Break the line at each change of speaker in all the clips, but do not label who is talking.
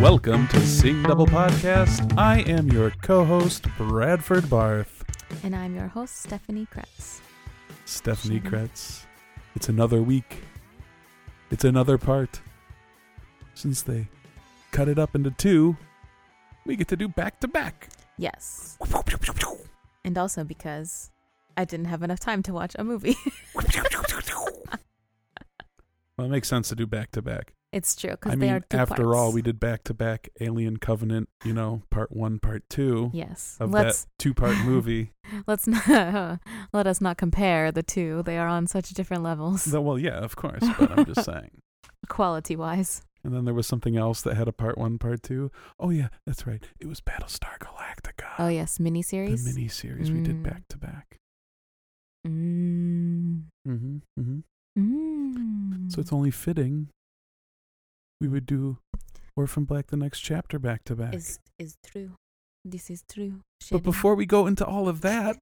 Welcome to Sing Double Podcast. I am your co host, Bradford Barth.
And I'm your host, Stephanie Kretz.
Stephanie Kretz. It's another week. It's another part. Since they cut it up into two, we get to do back to back.
Yes. And also because I didn't have enough time to watch a movie.
Well, it makes sense to do back to back.
it's true
I
because they are
mean,
two
after
parts.
all, we did back to back Alien Covenant, you know, part one, part two
Yes.
of
Let's
that two part movie.
let's not let us not compare the two. They are on such different levels,
Though, well, yeah, of course, but I'm just saying.
quality wise.
And then there was something else that had a part one, part two. Oh yeah, that's right. It was Battlestar Galactica.
Oh yes,
the
miniseries.
mini series we did
Mm.
back to back.
mm.
Mm-hmm. Mm-hmm.
Mm.
So it's only fitting we would do Orphan Black: The Next Chapter back to back.
is is true. This is true.
But
Shannon.
before we go into all of that,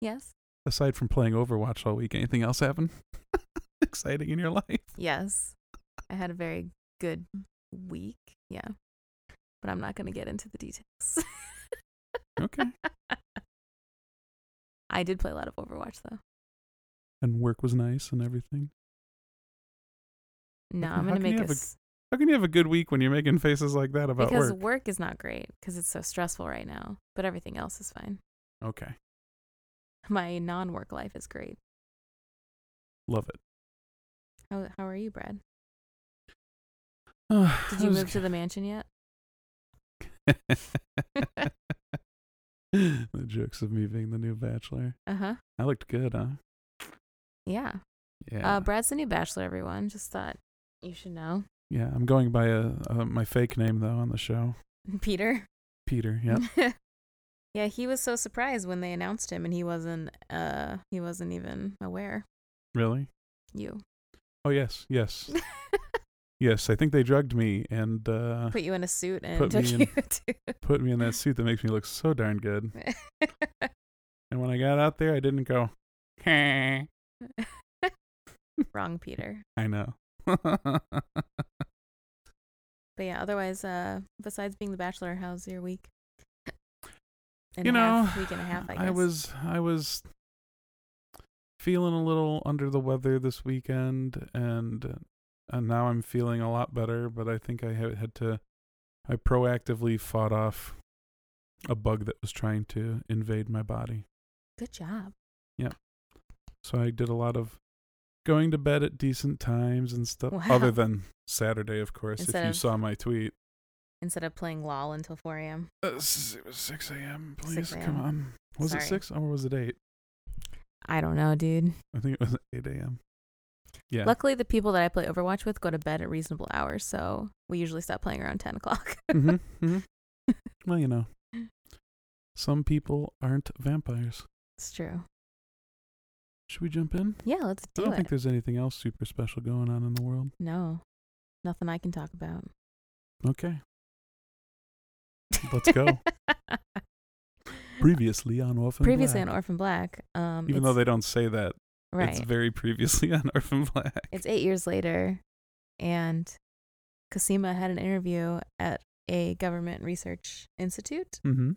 yes,
aside from playing Overwatch all week, anything else happen exciting in your life?
yes, I had a very good week. Yeah, but I'm not going to get into the details.
Okay.
I did play a lot of Overwatch though.
and work was nice and everything.
No,
How
I'm gonna
can you
make
have a
us
How can you have a good week when you're making faces like that about
because
work?
work. is not great because it's so stressful right now. But everything else is fine.
Okay.
My non-work life is great.
Love it.
How how are you, Brad?
Ah,
Did
I
you
was
move to the mansion yet?
the jokes of me being the new bachelor.
Uh huh.
I looked good, huh?
Yeah.
Yeah.
Uh, Brad's the new bachelor. Everyone just thought you should know,
yeah, I'm going by uh uh my fake name though on the show,
Peter.
Peter. Yeah.
yeah, he was so surprised when they announced him, and he wasn't. Uh, he wasn't even aware.
really?
You
Oh yes, yes, yes. I think they drugged me and uh,
put you in a suit and
Put
took
me in-
you to.
put me in that suit that makes me look so darn good. And when I got out there, I didn't go. I
Wrong, Peter.
know.
But yeah, otherwise, uh, besides being the bachelor, how's your week? And
you
a
know,
half, week and a half. I guess.
was I was feeling a little under the weather this weekend, and and now I'm feeling a lot better. But I think I had, had to I proactively fought off a bug that was trying to invade my body.
good job.
So I did a lot of going to bed at decent times and stuff.
Wow.
Other than Saturday, of course. if
Instead
you
of-
saw my tweet,
Instead of playing LOL until 4 a.m.
uh, s- it was six a.m. Please
6
come
a.m..
on. Was it
Sorry.
six or was it eight?
I don't know, dude.
I think it was eight a.m. Yeah.
Luckily, the people that I play Overwatch with go to bed at reasonable hours, so we usually stop playing around 10 o'clock.
hmm Well, you know, some people aren't vampires.
It's true.
Should we jump in?
Yeah, let's
I
do
don't
it.
think there's anything else super special going on in the world.
No, nothing I can talk about.
Okay. Let's go. Previously on Orphan
Previously
Black.
on Orphan Black, um,
Even though
it's-
they don't say that,
right,
it's very previously on Orphan Black.
it's eight years later, and Kasima had an interview at a government research institute,
Mm-hmm.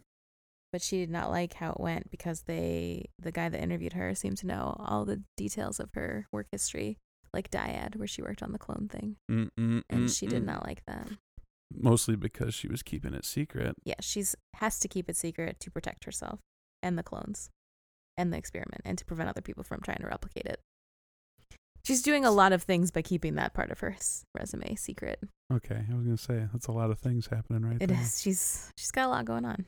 but she did not like how it went because they, the guy that interviewed her, seemed to know all the details of her work history, like Dyad, where she worked on the clone thing,
Mm-mm,
and she did
mm-mm.
not like that.
mm, Mostly because she was keeping it secret.
yeah, she's has to keep it secret to protect herself and the clones and the experiment and to prevent other people from trying to replicate it. She's doing a lot of things by keeping that part of her s- resume secret.
Okay, I was gonna say that's a lot of things happening right
It
there.
is she's she's got a lot going on,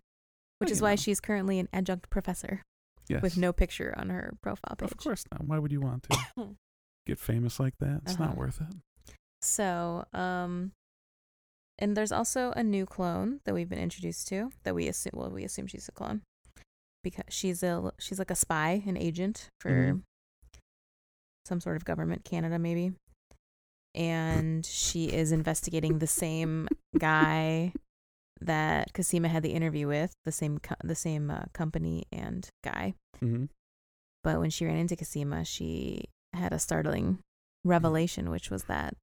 which
Well,
is
you
why
know.
she's currently an adjunct professor
Yes.
with no picture on her profile page.
Of course not. Why would you want to get famous like that? It's not
Uh-huh.
worth it.
So, um, and there's also a new clone that we've been introduced to that we assume well we assume she's a clone because she's a she's like a spy, an agent for
Mhm.
some sort of government, Canada maybe, and she is investigating the same guy that Kasima had the interview with, the same co- the same uh, company and guy.
hmm
But when she ran into Kasima, she had a startling revelation, which was that,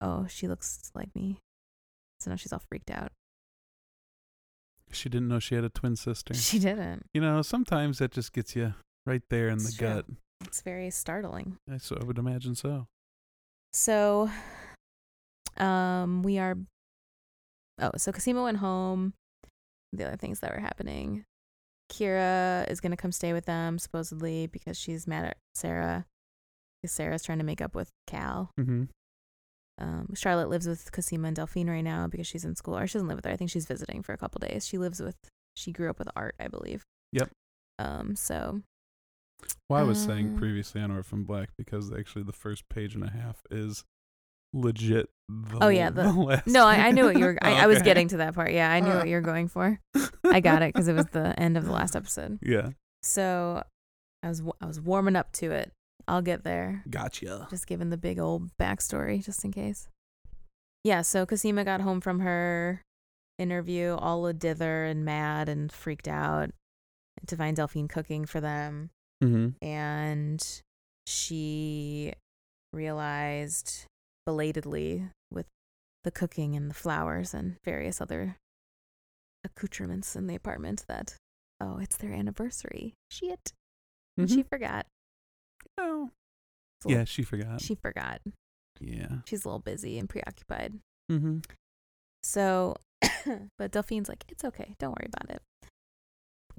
oh, she looks like me. So now she's all freaked out.
She didn't know she had a twin sister.
She didn't.
You know, sometimes that just gets you right there in the
It's true.
gut.
It's very startling.
I, so I would imagine so.
So, um, we are. Oh, so Kasima went home. The other things that were happening. Kira is gonna come stay with them supposedly because she's mad at Sarah. 'Cause Sarah's trying to make up with Cal.
Mm-hmm.
Um, Charlotte lives with Cosima and Delphine right now because she's in school, or she doesn't live with her. I think she's visiting for a couple days. She lives with. She grew up with Art, I believe.
Yep.
Um. So
Well, I was saying
Uh.
previously on Orphan Black because actually the first page and a half is legit. The,
Oh, yeah, the-
last.
no, I, I knew what you were. I, I was
Okay.
getting to that part. Yeah, I knew what you were going for. I got it because it was the end of the last episode.
Yeah,
So I was I was warming up to it. I'll get there.
gotcha.
Just giving the big old backstory, just in case. Yeah. So Cosima got home from her interview, all a dither and mad and freaked out, to find Delphine cooking for them,
Mm-hmm.
and she realized belatedly with the cooking and the flowers and various other accoutrements in the apartment that oh it's their anniversary shit and she forgot
Mm-hmm. Oh.
It's a
Yeah,
little-
she forgot.
she forgot
yeah.
she's a little busy and preoccupied
Mm-hmm.
so but delphine's like it's okay don't worry about it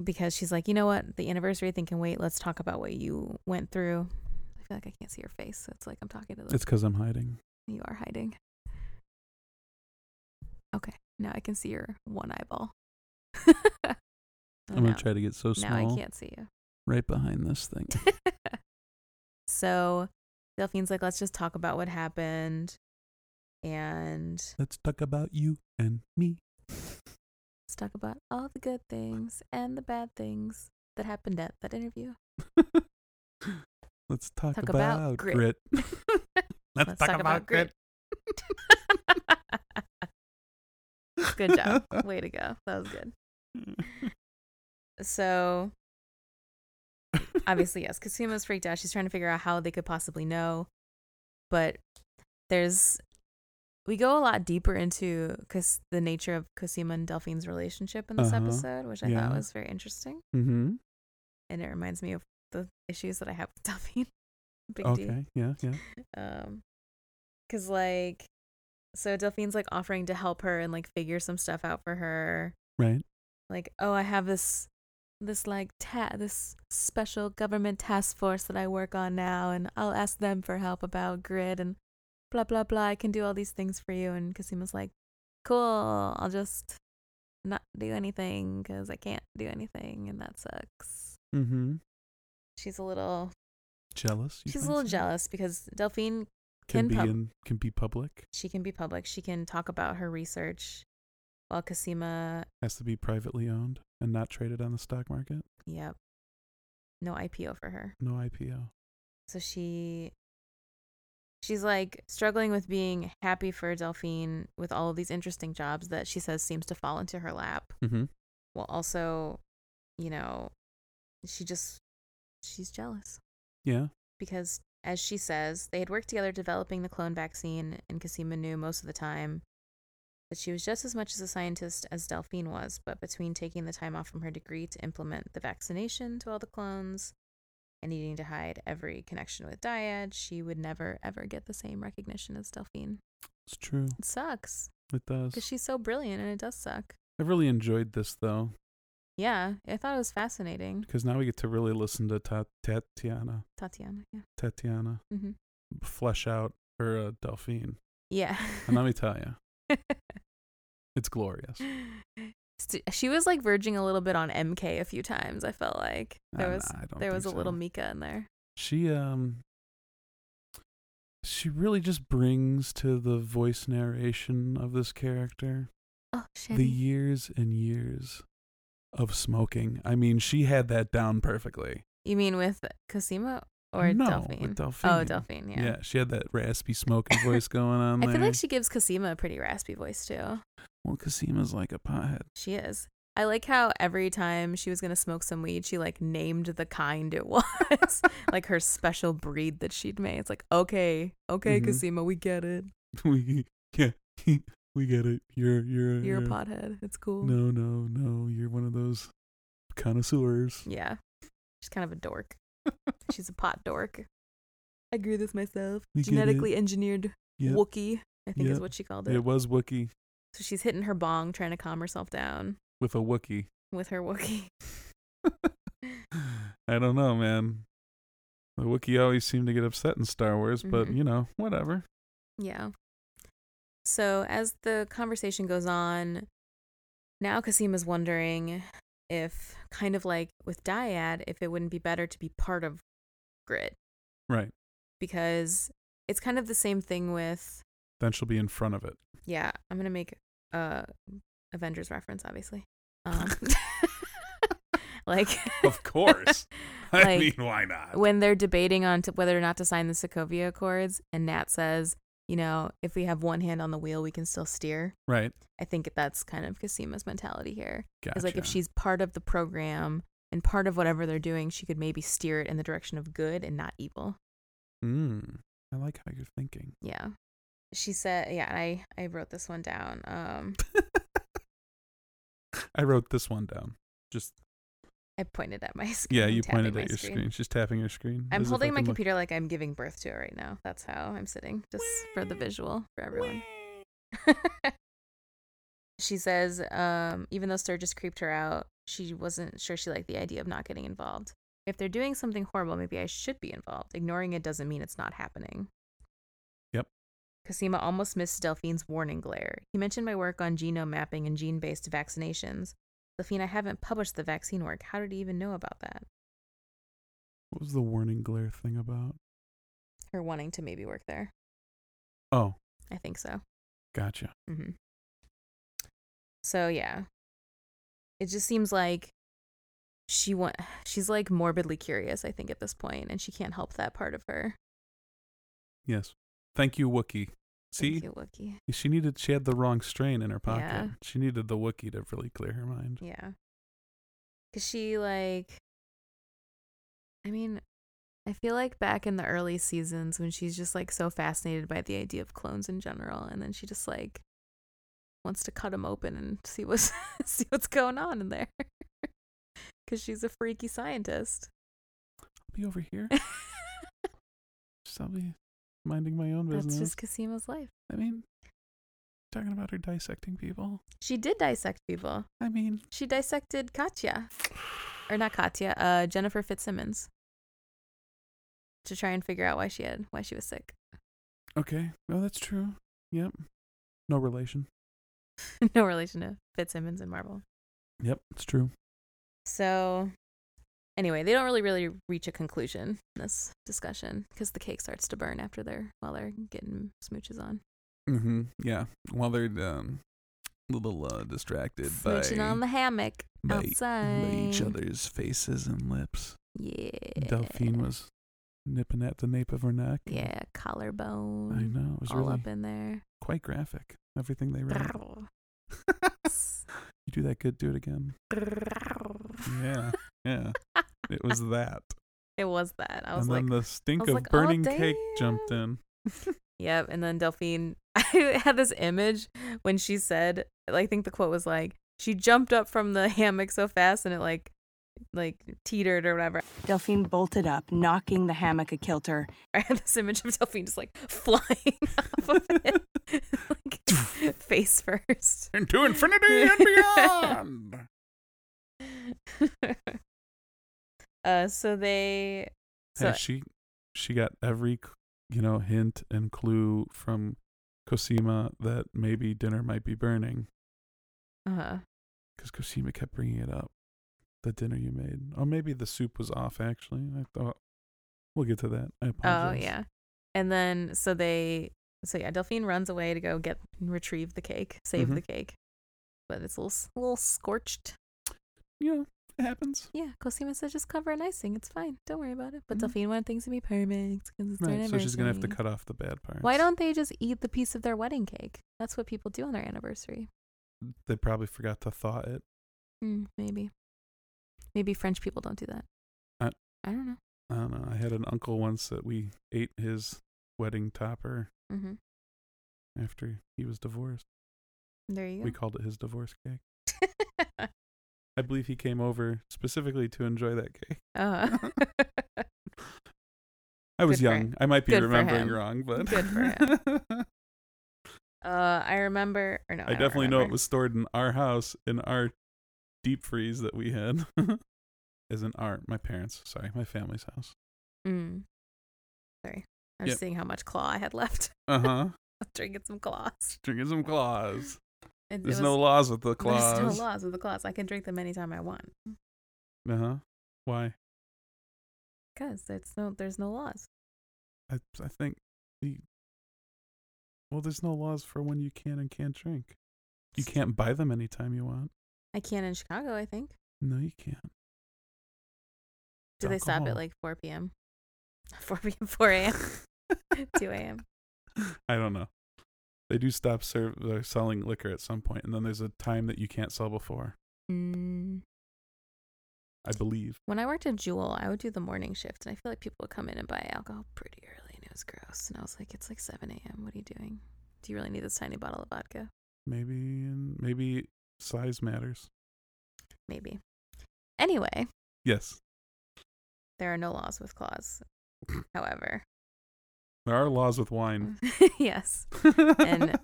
because she's like you know what the anniversary thing can wait let's talk about what you went through i feel like i can't see your face so it's like i'm talking to the
It's because I'm hiding.
You are hiding. Okay, now I can see your one eyeball. Oh,
I'm
now,
gonna try to get so
Oh, now I
small,
can't see you.
right behind this thing.
so Delphine's like, let's just talk about what happened. And
Let's talk about you and me.
let's talk about all the good things and the bad things that happened at that interview.
Let's talk,
Talk
about,
about grit.
grit. Let's,
Let's talk about grit. Good job. Way to go. That was good. So obviously yes kasuma's freaked out she's trying to figure out how they could possibly know but there's we go a lot deeper into because the nature of Cosima and Delphine's relationship in this
Uh-huh.
episode, which I
Yeah.
thought was very interesting,
mm-hmm.
and it reminds me of the issues that I have with Delphine. Big D.
Okay. Yeah. Yeah.
Um, cause like, so Delphine's like offering to help her and like figure some stuff out for her,
Right.
like oh i have this this like ta- this special government task force that i work on now and i'll ask them for help about grid and blah blah blah i can do all these things for you and kasima's like cool i'll just not do anything because i can't do anything and that sucks
Mm-hmm.
she's a little
Jealous. you
she's a
think
little
so?
jealous because delphine
Can
can,
be
pub-
in, can be public.
she can be public she can talk about her research while kasima
Has to be privately owned and not traded on the stock market.
yep no ipo for her
No IPO.
so she she's like struggling with being happy for delphine with all of these interesting jobs that she says seems to fall into her lap
Mm-hmm.
while also you know she just she's jealous
Yeah.
because as she says they had worked together developing the clone vaccine and kasima knew most of the time that she was just as much as a scientist as delphine was but between taking the time off from her degree to implement the vaccination to all the clones and needing to hide every connection with dyad she would never ever get the same recognition as delphine
It's true.
it sucks
It does.
because she's so brilliant and it does suck
I really enjoyed this though,
yeah i thought it was fascinating
because now we get to really listen to Ta- Tatiana,
tatiana yeah
Tatiana,
hmm
flesh out her uh, Delphine.
yeah
And let me tell you, it's glorious.
St- she was like verging a little bit on MK a few times. I felt like there
Uh,
was
nah, I don't
there was a
think
little
so.
Mika in there.
She um. She really just brings to the voice narration of this character
Oh,
the
Shanny.
years and years of smoking. I mean, she had that down perfectly.
you mean with Cosima or
no,
Delphine?
With Delphine.
Oh, Delphine. Yeah.
Yeah. she had that raspy smoking voice going on
I
there.
feel like she gives Cosima a pretty raspy voice too.
well, Casima's like a pothead.
She is. I like how every time she was gonna smoke some weed, she like named the kind it was, like her special breed that she'd made. It's like, okay, okay,
Mhm.
Cosima, we get it.
we yeah, we get it. You're you're
You're a pothead. It's cool.
No, no, no. You're one of those connoisseurs.
Yeah, she's kind of a dork. she's a pot dork. I grew this myself.
We get it.
Genetically engineered
Yep.
Wookie, I think is
Yep.
what she called it.
It was Wookie
So she's hitting her bong, trying to calm herself down
with a Wookie.
with her Wookie.
I don't know, man. The Wookiee always seem to get upset in Star Wars, but
Mhm.
you know, whatever.
Yeah. So as the conversation goes on, now Casima's wondering if, kind of like with Dyad, if it wouldn't be better to be part of Grid
Right.
because it's kind of the same thing with
Then she'll be in front of it.
yeah. I'm gonna make a Avengers reference, obviously. Um, like
Of course. I
Like,
mean, why not?
when they're debating on t- whether or not to sign the Sokovia Accords, and Nat says, you know, if we have one hand on the wheel, we can still steer.
right.
I think that's kind of Casima's mentality here.
Gotcha.
It's like if she's part of the program and part of whatever they're doing, she could maybe steer it in the direction of good and not evil.
Mm, I like how you're thinking.
Yeah. She said, yeah, I, I wrote this one down. Um,
I wrote this one down. Just
I pointed at my screen.
yeah, you
tapping
pointed
my
at your screen. She's tapping your screen.
I'm
as if I
holding my
can look-
computer like I'm giving birth to it right now. That's how I'm sitting, just for the visual for everyone. she says, um, even though Sturgis creeped her out, she wasn't sure she liked the idea of not getting involved. If they're doing something horrible, maybe I should be involved. Ignoring it doesn't mean it's not happening.
Yep.
Cosima almost missed Delphine's warning glare. He mentioned my work on genome mapping and gene based vaccinations. Delphine, I haven't published the vaccine work. How did he even know about that?
What was the warning glare thing about?
Her wanting to maybe work there.
Oh,
I think so.
gotcha.
Mm-hmm. So yeah, it just seems like she want she's like morbidly curious. I think at this point, and she can't help that part of her.
Yes. Thank you, Wookie. See,
Thank you, Wookie.
she needed. She had the wrong strain in her pocket.
Yeah.
She needed the Wookie to really clear her mind.
Yeah, cause she like. I mean, I feel like back in the early seasons when she's just like so fascinated by the idea of clones in general, and then she just like wants to cut them open and see what's see what's going on in there, cause she's a freaky scientist.
I'll be over here. just I'll be minding my own
That's
business.
just Casima's life.
I mean, talking about her dissecting people.
She did dissect people.
I mean,
She dissected Katya, or not Katya, uh, Jennifer Fitzsimmons, to try and figure out why she had why she was sick.
okay. No, that's true. Yep. No relation.
no relation to Fitzsimmons and Marvel.
Yep, it's true.
So, anyway, they don't really really reach a conclusion in this discussion because the cake starts to burn after they're while they're getting smooches on,
Mm-hmm. Yeah. While they're um, a little uh, distracted
smooching on the hammock
by- by
outside.
other's faces and lips.
Yeah.
Delphine was nipping at the nape of her neck. and
Yeah, collarbone.
I know. It was
all
really
up in there.
quite graphic. Everything they read. you do that good, do it again. Yeah. Yeah. it was that.
it was that. I was
And
like,
then the stink
was
of
like, "Oh,
burning cake jumped
damn."
in.
yep. And then Delphine, I had this image when she said, I think the quote was like, she jumped up from the hammock so fast and it like, like teetered or whatever.
Delphine bolted up, knocking the hammock a kilter.
I had this image of Delphine just like flying off of it, like, face first.
Into infinity and beyond.
uh, so they, so
hey, she she got every you know hint and clue from Cosima that maybe dinner might be burning
uh,
because Cosima kept bringing it up. The dinner you made, or maybe the soup was off. Actually, I thought we'll get to that. I
Oh
apologize.
yeah. And then so they so yeah, Delphine runs away to go get retrieve the cake, save
Mhm.
the cake. But it's a little, s- a little scorched.
you know, It happens.
Yeah, Cosima said just cover an icing. It's fine. Don't worry about it. But
Mhm.
Delphine wanted things to be perfect because it's their
Right. So she's gonna have to
anniversary.
cut off the bad parts.
Why don't they just eat the piece of their wedding cake? That's what people do on their anniversary.
they probably forgot to thaw it?
Mm, maybe. Maybe French people don't do that.
Uh,
I don't know.
I don't know. I had an uncle once that we ate his wedding topper
Mm-hmm.
after he was divorced.
There you go.
We called it his divorce cake. I believe he came over specifically to enjoy that cake.
uh,
I was
Good for
young. I might be
Good for
remembering
him.
wrong, but
Good for
him.
uh, I remember, or no,
I definitely know it was stored in our house in our deep freeze that we had. As in our my parents, sorry, my family's house.
Mm. Sorry, I'm
Yep.
seeing how much claw I had left
Uh huh.
drinking some claws.
Drinking some claws.
It- it
There's
was-
no laws with the
There's
claws.
no laws with the claws. I can drink them anytime I want
uh huh. Why?
because there's no there's no laws.
I I think the well, there's no laws for when you can and can't drink. You can't buy them anytime you want.
I can in Chicago. I think.
No, you can't.
Do they stop at
alcohol.
like 4 p.m.? 4 p.m. 4 a.m. 2 a.m.
I don't know. They do stop serve they're selling liquor at some point, and then there's a time that you can't sell before.
Mm.
I believe.
When I worked at Jewel, I would do the morning shift, and I feel like people would come in and buy alcohol pretty early, and it was gross. And I was like, "It's like 7 a.m. What are you doing? Do you really need this tiny bottle of vodka?
Maybe and maybe size matters.
Maybe." Anyway,
Yes,
there are no laws with claws. However,
there are laws with wine.
yes, And-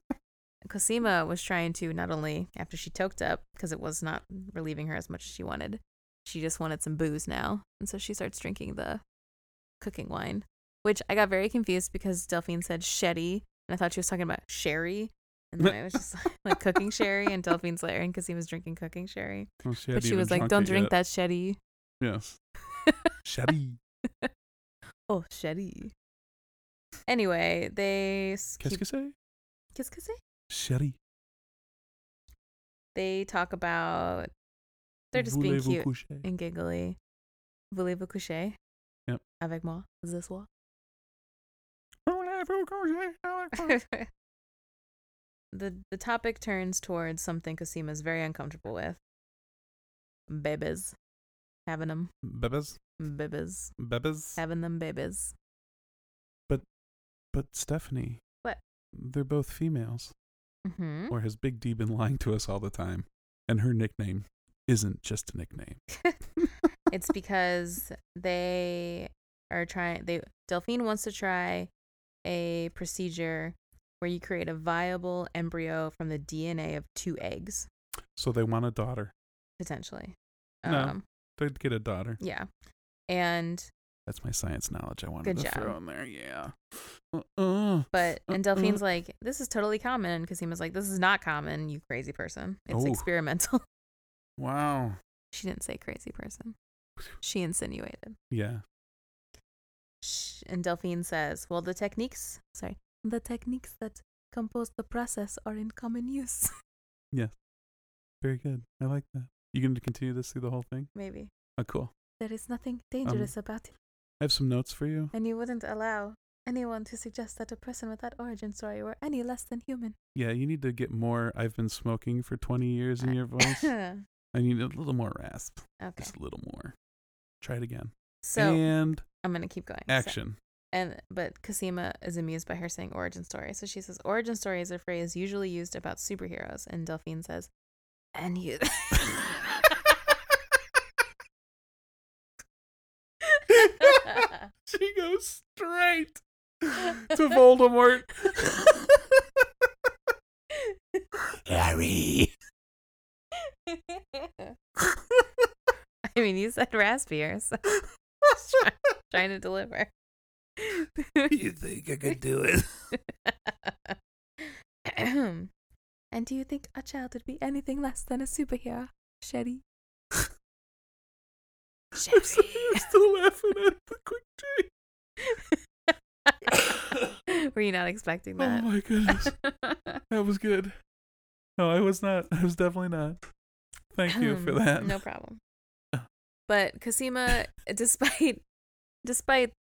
Cosima was trying to not only after she toked up because it was not relieving her as much as she wanted. She just wanted some booze now, and so she starts drinking the cooking wine, which I got very confused because Delphine said shetty, and I thought she was talking about sherry, and then I was just like, like cooking sherry, and Delphine's there, and Cosima's drinking cooking sherry,
Well, Oh, she
but she was like, "Don't drink that
that.
shetty."
Yes. Shetty.
Oh, shetty. Anyway, they s-
Qu'est-ce
keep,
que c'est?
kiss, kiss,
Shetty.
They talk about they're just being
Voulez-vous
cute.
coucher?
and giggly. Voulez-vous coucher?
Yep.
Avec moi. Is this what?
Voulez-vous coucher? Oh.
the the topic turns towards something Cosima is very uncomfortable with. Babies. Having them.
Bebes?
Babies.
Bebes?
Having them babies.
But Stephanie.
What?
They're both females.
Mm-hmm.
Or has Big D been lying to us all the time? And her nickname isn't just a nickname.
it's because they are trying they Delphine wants to try a procedure where you create a viable embryo from the DNA of two eggs,
So they want a daughter.
potentially. Um,
No. They'd get a daughter.
Yeah. And
That's my science knowledge I wanted
Good
to throw
job.
in there. Yeah. Uh-uh.
but and
Uh-uh.
Delphine's like, this is totally common. And Cosima's like, this is not common, you crazy person. It's
Oh.
experimental.
Wow.
she didn't say crazy person. She insinuated.
Yeah.
Sh- And Delphine says, well, the techniques, sorry, the techniques that compose the process are in common use.
Very good. I like that. You going to continue this through the whole thing?
Maybe
Oh, cool.
there is nothing dangerous
Um.
about it,
I have some notes for you.
and you wouldn't allow anyone to suggest that a person with that origin story were any less than human.
Yeah, you need to get more. I've been smoking for 20 years
Uh,
in your voice.
okay.
I need a little more rasp. Just a little more. Try it again.
So
and
I'm gonna keep going. So-
action.
And but Cosima is amused by her saying origin story. So she says origin story is a phrase usually used about superheroes, and Delphine says, "And you."
she goes straight to Voldemort. Harry.
I mean, you said raspier, so trying to deliver.
you think I could do it?
and do you think a child would be anything less than a superhero, Shetty?
I'm sorry, I'm still laughing at the quick change.
Were you not expecting
Oh
that?
my goodness. That was good.
Um,
No, I was not. I was definitely not. Thank you for that. Uh.
No problem. But Cosima, despite despite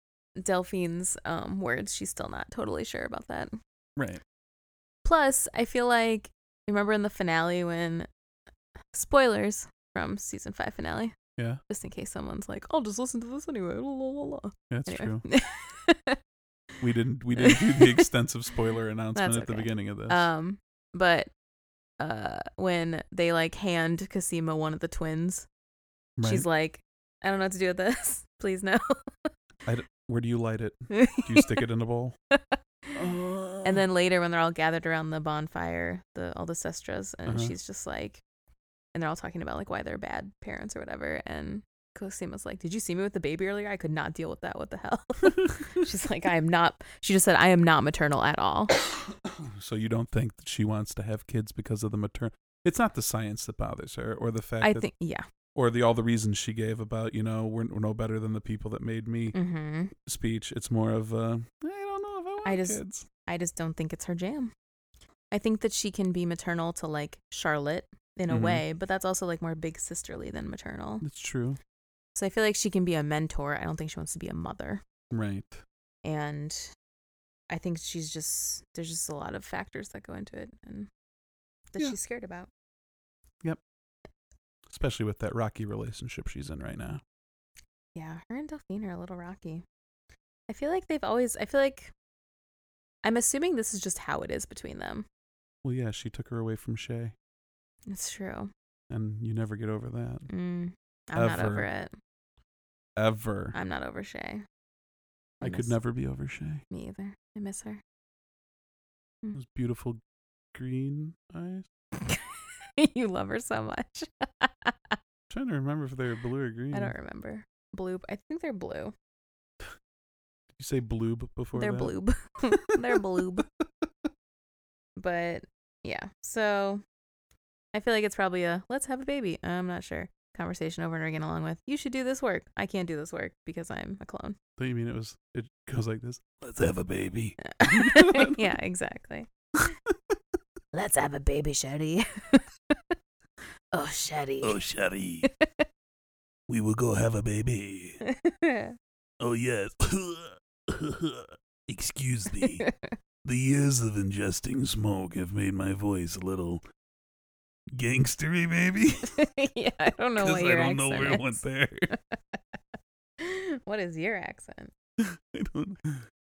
Delphine's um, words, she's still not totally sure about that.
Right.
Plus, I feel like remember in the finale when spoilers from season five finale,
Yeah.
just in case someone's like, "I'll just listen to this anyway." La, la, la, la.
That's true.
Anyway.
We didn't we didn't do the extensive spoiler announcement
That's
at the
okay.
beginning of this.
um, but uh, when they like hand Cosima one of the twins,
right.
she's like, "I don't know what to do with this. Please no."
Where do you light it? Do you stick it in a bowl?
And then later, when they're all gathered around the bonfire, the all the sestras, and
Uh-huh.
she's just like, and they're all talking about like why they're bad parents or whatever. And Cosima's like, "Did you see me with the baby earlier? I could not deal with that. What the hell?" she's like, "I am not." She just said, "I am not maternal at all."
so you don't think that she wants to have kids because of the maternal? It's not the science that bothers her, or the fact
I
that,
think, yeah.
or the all the reasons she gave about you know we're, we're no better than the people that made me
hmm
speech. It's more of uh, I don't know if I want
I just-
kids.
I just don't think it's her jam. I think that she can be maternal to like Charlotte in a
Mhm.
way, but that's also like more big sisterly than maternal.
It's true,
So I feel like she can be a mentor. I don't think she wants to be a mother.
right?
and I think she's just there's just a lot of factors that go into it and that
Yeah.
she's scared about.
Especially with that rocky relationship she's in right now.
Yeah, her and Delphine are a little rocky. I feel like they've always I feel like I'm assuming this is just how it is between them.
Well, yeah, she took her away from Shay,
It's true.
and you never get over that
Mm, I'm not over
Ever.
it.
ever.
I'm not over Shay.
I could
miss
never be over Shay.
me either. I miss her. Mm.
Those beautiful green eyes.
you love her so much.
trying to remember if they were blue or green.
I don't remember. Blue. I think they're blue.
Did you say bloob before?
They're
that?
bloob. They're bloob. but yeah so i feel like it's probably a let's have a baby i'm not sure conversation over and over again along with you should do this work i can't do this work because i'm a clone
Don't you mean it was? It goes like this. Let's have a baby.
yeah exactly let's have a baby shetty oh shetty
Sherry, we will go have a baby. Oh yes. Excuse The years of ingesting smoke have made my voice a little gangstery, baby.
yeah i don't know what your accent is.
there.
what is your accent
I don't.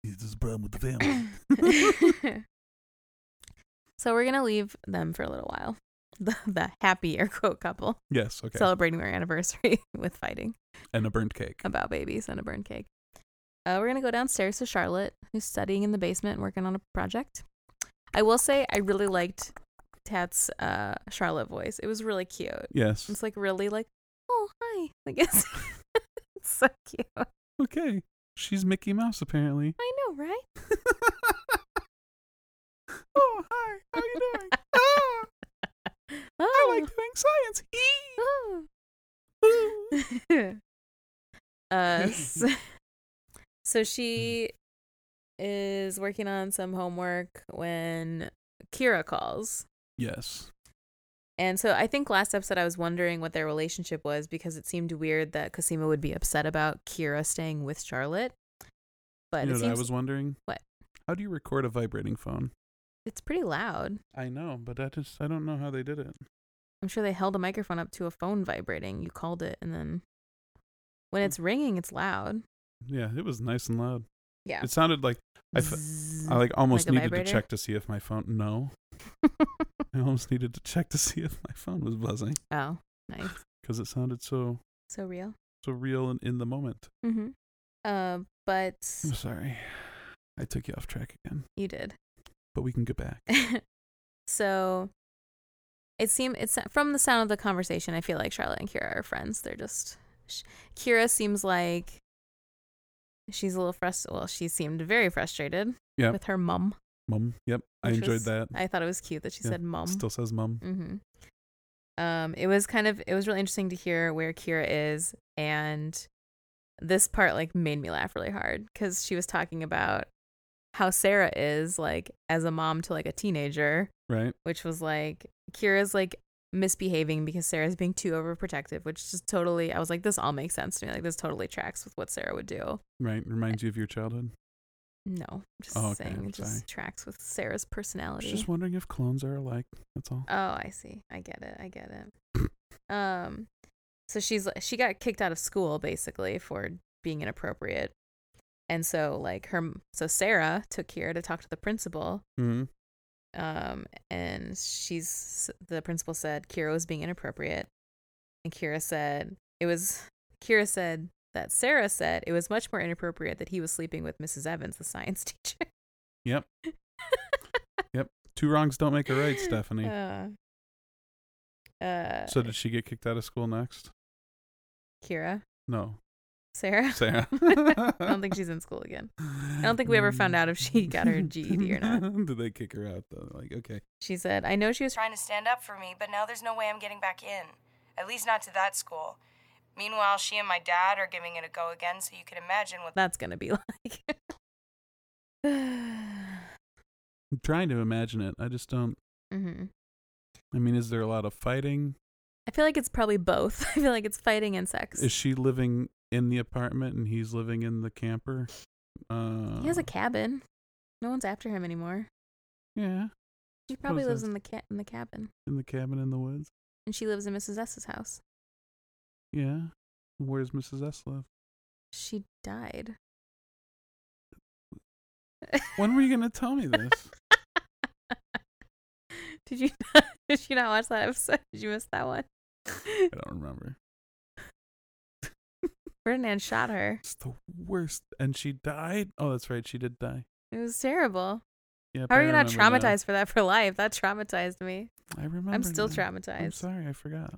It's just a problem with the family.
so we're gonna leave them for a little while the, the happy air quote couple
yes. Okay.
celebrating their anniversary with fighting
and a burnt cake.
about babies and a burn cake. Uh, we're gonna go downstairs to Charlotte, who's studying in the basement and working on a project. I will say I really liked Tat's uh, Charlotte voice. It was really cute.
Yes.
It's like really like, oh hi, like it's, it's so cute. I
Okay. She's Mickey Mouse apparently.
know, right?
oh hi. How you doing? Ah, I like doing science. E Hee.
oh.
Ooh.
uh, so, so she is working on some homework when Kira calls.
Yes.
And so I think last episode I was wondering what their relationship was because it seemed weird that Cosima would be upset about Kira staying with Charlotte. But
you know
it
what I
seems
was wondering?
What?
How do you record a vibrating phone?
it's pretty loud.
I know, but I just I don't know how they did it.
I'm sure they held a microphone up to a phone vibrating. You called it and then when
Hmm.
it's ringing it's loud.
Yeah, it was nice and loud.
Yeah.
It sounded like I, f-
Zzz.
I like almost
Like a
needed to
vibrator?
check to see if my phone no. I almost needed to check to see if my phone was buzzing
oh, nice.
because it sounded so
So real.
so real and in the moment.
Mhm. Uh, but
I'm sorry. I took you off track again,
you did.
but we can get back.
so it seemed it's from the sound of the conversation. I feel like Charlotte and Kira are friends. They're just sh- Kira seems like she's a little frustrated. Well, she seemed very frustrated.
Yeah.
with her mum.
Mum. Yep. I
which
enjoyed
was-
that.
I thought it was cute that she
Yeah,
said mum.
Still says mum.
hmm Um, it was kind of it was really interesting to hear where Kira is, and this part like made me laugh really hard because she was talking about how Sarah is like as a mom to like a teenager,
Right.
which was like Kira's like misbehaving because Sarah's being too overprotective, which just totally, I was like, this all makes sense to me. Like, this totally tracks with what Sarah would do.
Right. Reminds you of your childhood.
No, just
Oh, okay,
saying,
I'm
it just
sorry.
tracks with Sarah's
I was
personality.
just wondering if clones are alike. That's all.
Oh, I see. I get it. I get it. um, so she's she got kicked out of school basically for being inappropriate, and so like her so Sarah took Kira to talk to the principal.
Mm-hmm.
Um, and she's the principal said Kira was being inappropriate, and Kira said it was Kira said that Sarah said it was much more inappropriate that he was sleeping with Mrs. Evans, the science teacher.
Yep. Two wrongs don't make a right, Stephanie.
Uh, uh,
so did she get kicked out of school next?
Kira,
No,
Sarah.
Sarah.
I don't think she's in school again.
I
don't think we ever found out if she got her GED or not.
Mm. Did they kick her out though? Like, okay,
She said, I know she was
Trying to stand up for me, but now there's no way I'm getting back in. At least not to that school. Meanwhile, she and my dad are giving it a go again, so you can imagine what
that's going to be like. mm-hmm.
I'm trying to imagine it. I just don't. I mean, is there a lot of fighting?
I feel like it's probably both. I feel like it's fighting and sex.
Is she living in the apartment and he's living in the camper? Uh,
he has a cabin. No one's after him anymore.
yeah
She probably
Suppose
lives
that's-
in the ca- in the cabin,
in the cabin in the woods.
and she lives in Mrs. S's house.
Yeah, where's Mrs. S live?
She died.
When were you gonna tell me this?
Did you not, did you not watch that episode? Did you miss that one?
I don't remember.
Ferdinand shot her.
It's the worst. And she died. Oh, that's right. She did die.
It was terrible.
Yeah.
How
I
are you not
remember
traumatized
now.
for that for life? That traumatized me.
I remember.
I'm still
now. I'm
traumatized.
sorry, I forgot.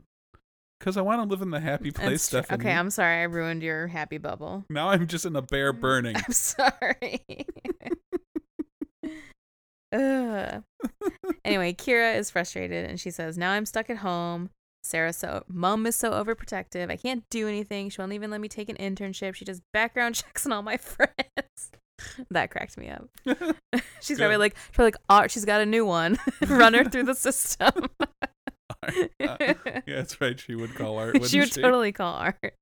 Because I want to live in the happy place,
That's tr-
Stephanie.
Okay, I'm Mm. sorry I ruined your happy bubble.
now I'm just in a bear burning.
I'm sorry. Ugh. Anyway, Kira is frustrated and she says, "Now I'm stuck at home. Sarah so mom is so overprotective. I can't do anything. She won't even let me take an internship. She does background checks on all my friends." that cracked me up. She's probably
Good.
like, probably like, oh, she's got a new one. Run her through the system.
yeah, that's right. She would call art. uh, Wouldn't
she
she
would totally call art.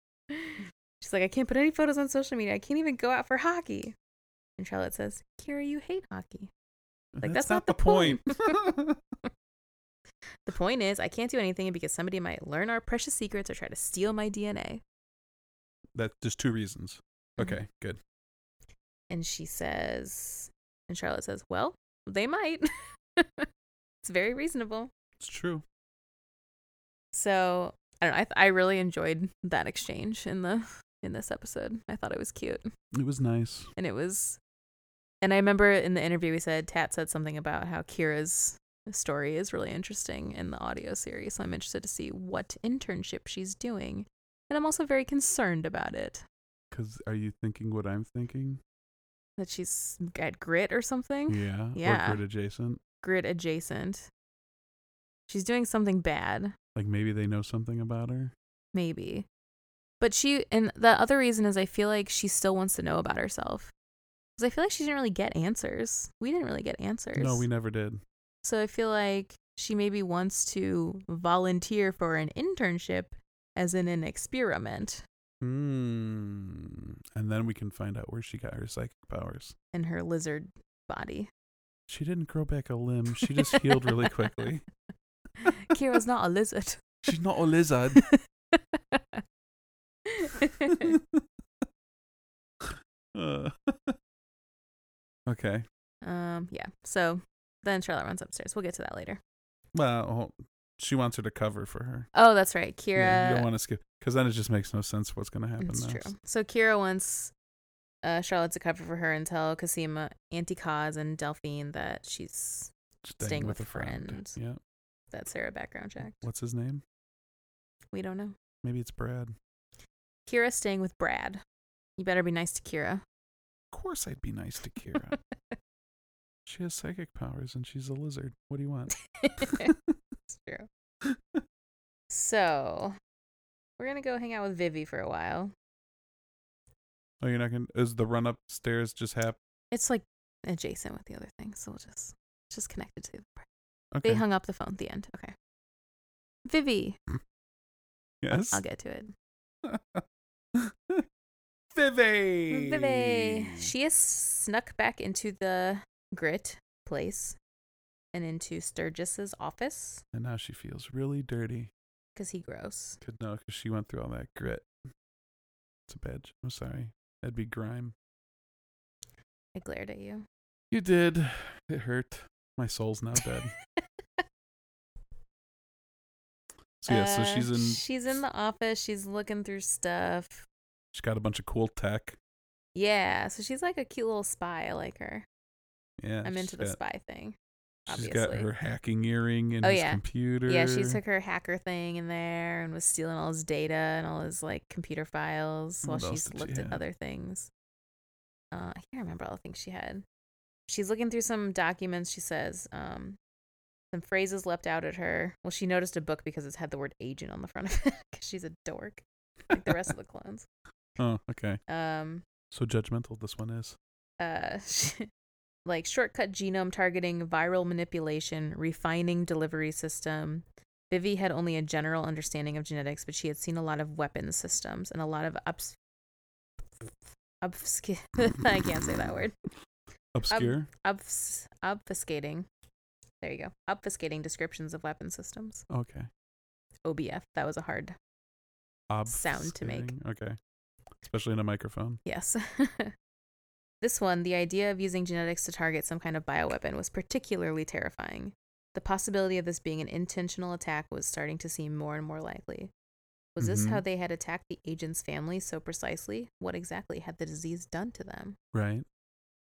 She's like, I can't put any photos on social media. I can't even go out for hockey. And Charlotte says, Kira, you hate hockey. like, that's not the point. The point is, I can't do anything because somebody might learn our precious secrets or try to steal my DNA.
that's just two reasons.
Mhm.
Okay, good.
And she says, and Charlotte says, Well, they might. it's very reasonable.
It's true.
So I don't know. I, th- I really enjoyed that exchange in the in this episode. I thought it was cute.
It was nice.
and it was and i remember in the interview we said tat said something about how kira's story is really interesting in the audio series so i'm interested to see what internship she's doing and i'm also very concerned about it
Because are you thinking what I'm thinking?
that she's got grit or something
Yeah.
Yeah.
Or grid adjacent.
grit adjacent she's doing something bad
Like maybe they know something about her.
maybe but she and the other reason is i feel like she still wants to know about herself because i feel like she didn't really get answers we didn't really get answers
No, we never did.
So I feel like she maybe wants to volunteer for an internship as in an experiment
Mm. And then we can find out where she got her psychic powers.
in her lizard body.
She didn't grow back a limb. She just healed really quickly.
Kira's not a lizard.
She's not a lizard. Uh, okay.
um yeah. So then Charlotte runs upstairs. We'll get to that later.
Well, hold- she wants her to cover for her.
Oh, that's right. Kira
Yeah, you don't want to skip because then it just makes no sense what's going to happen.
That's
next.
true. So Kira wants uh, Charlotte to cover for her and tell Cosima, Auntie Cos, and Delphine that she's
Staying, with, a friend. Yeah.
that Sarah background checked.
What's his name?
We don't know.
Maybe it's Brad. Of
Kira's staying with Brad. You better be nice to Kira.
course, I'd be nice to Kira. she has psychic powers and she's a lizard. What do you want?
it's true. So, we're gonna go hang out with Vivi for a while.
Oh, you're not going. to Is the run upstairs just hap?
It's like adjacent with the other thing, so we'll just it's just connected to. The,
Okay.
They hung up the phone. at The end. Okay. Vivi.
Yes.
I'll get to it.
Vivi.
Vivi. She is snuck back into the grit place and into Sturgis's office
And now she feels really dirty.
because he gross.
Could know because she went through all that grit. It's a badge. I'm sorry. That'd be grime.
I glared at you.
You did. It hurt. My soul's now dead. so yeah, so
Uh,
she's in.
She's in the office. She's looking through stuff.
She's got a bunch of cool tech.
Yeah, so she's like a cute little spy. I like her.
Yeah,
I'm into
she's
the
got-
spy thing.
She's got
obviously.
her hacking earring and
Oh,
his
yeah.
computer.
Yeah, she took her hacker thing in there and was stealing all his data and all his like computer files while
What else
she's
did she
looked at
have?
other things. Uh, I can't remember all the things she had. She's looking through some documents. She says um, some phrases leapt out at her. Well, she noticed a book because it's had the word agent on the front of it because she's a dork, like the rest of the clones.
Oh, okay.
Um,
So judgmental this one is.
uh, like shortcut genome targeting, viral manipulation, refining delivery system. Vivi had only a general understanding of genetics, but she had seen a lot of weapon systems and a lot of obs. Obfusc- I can't say that word. Um,
Obscure.
Obfus- obfuscating. There you go. Obfuscating descriptions of weapon systems.
okay.
OBF. That was a hard sound to make.
Obfuscating, Okay. Especially in a microphone.
Yes. this one, the idea of using genetics to target some kind of bioweapon was particularly terrifying. The possibility of this being an intentional attack was starting to seem more and more likely. Was this
Mhm.
how they had attacked the agent's family so precisely? What exactly had the disease done to them?
Right.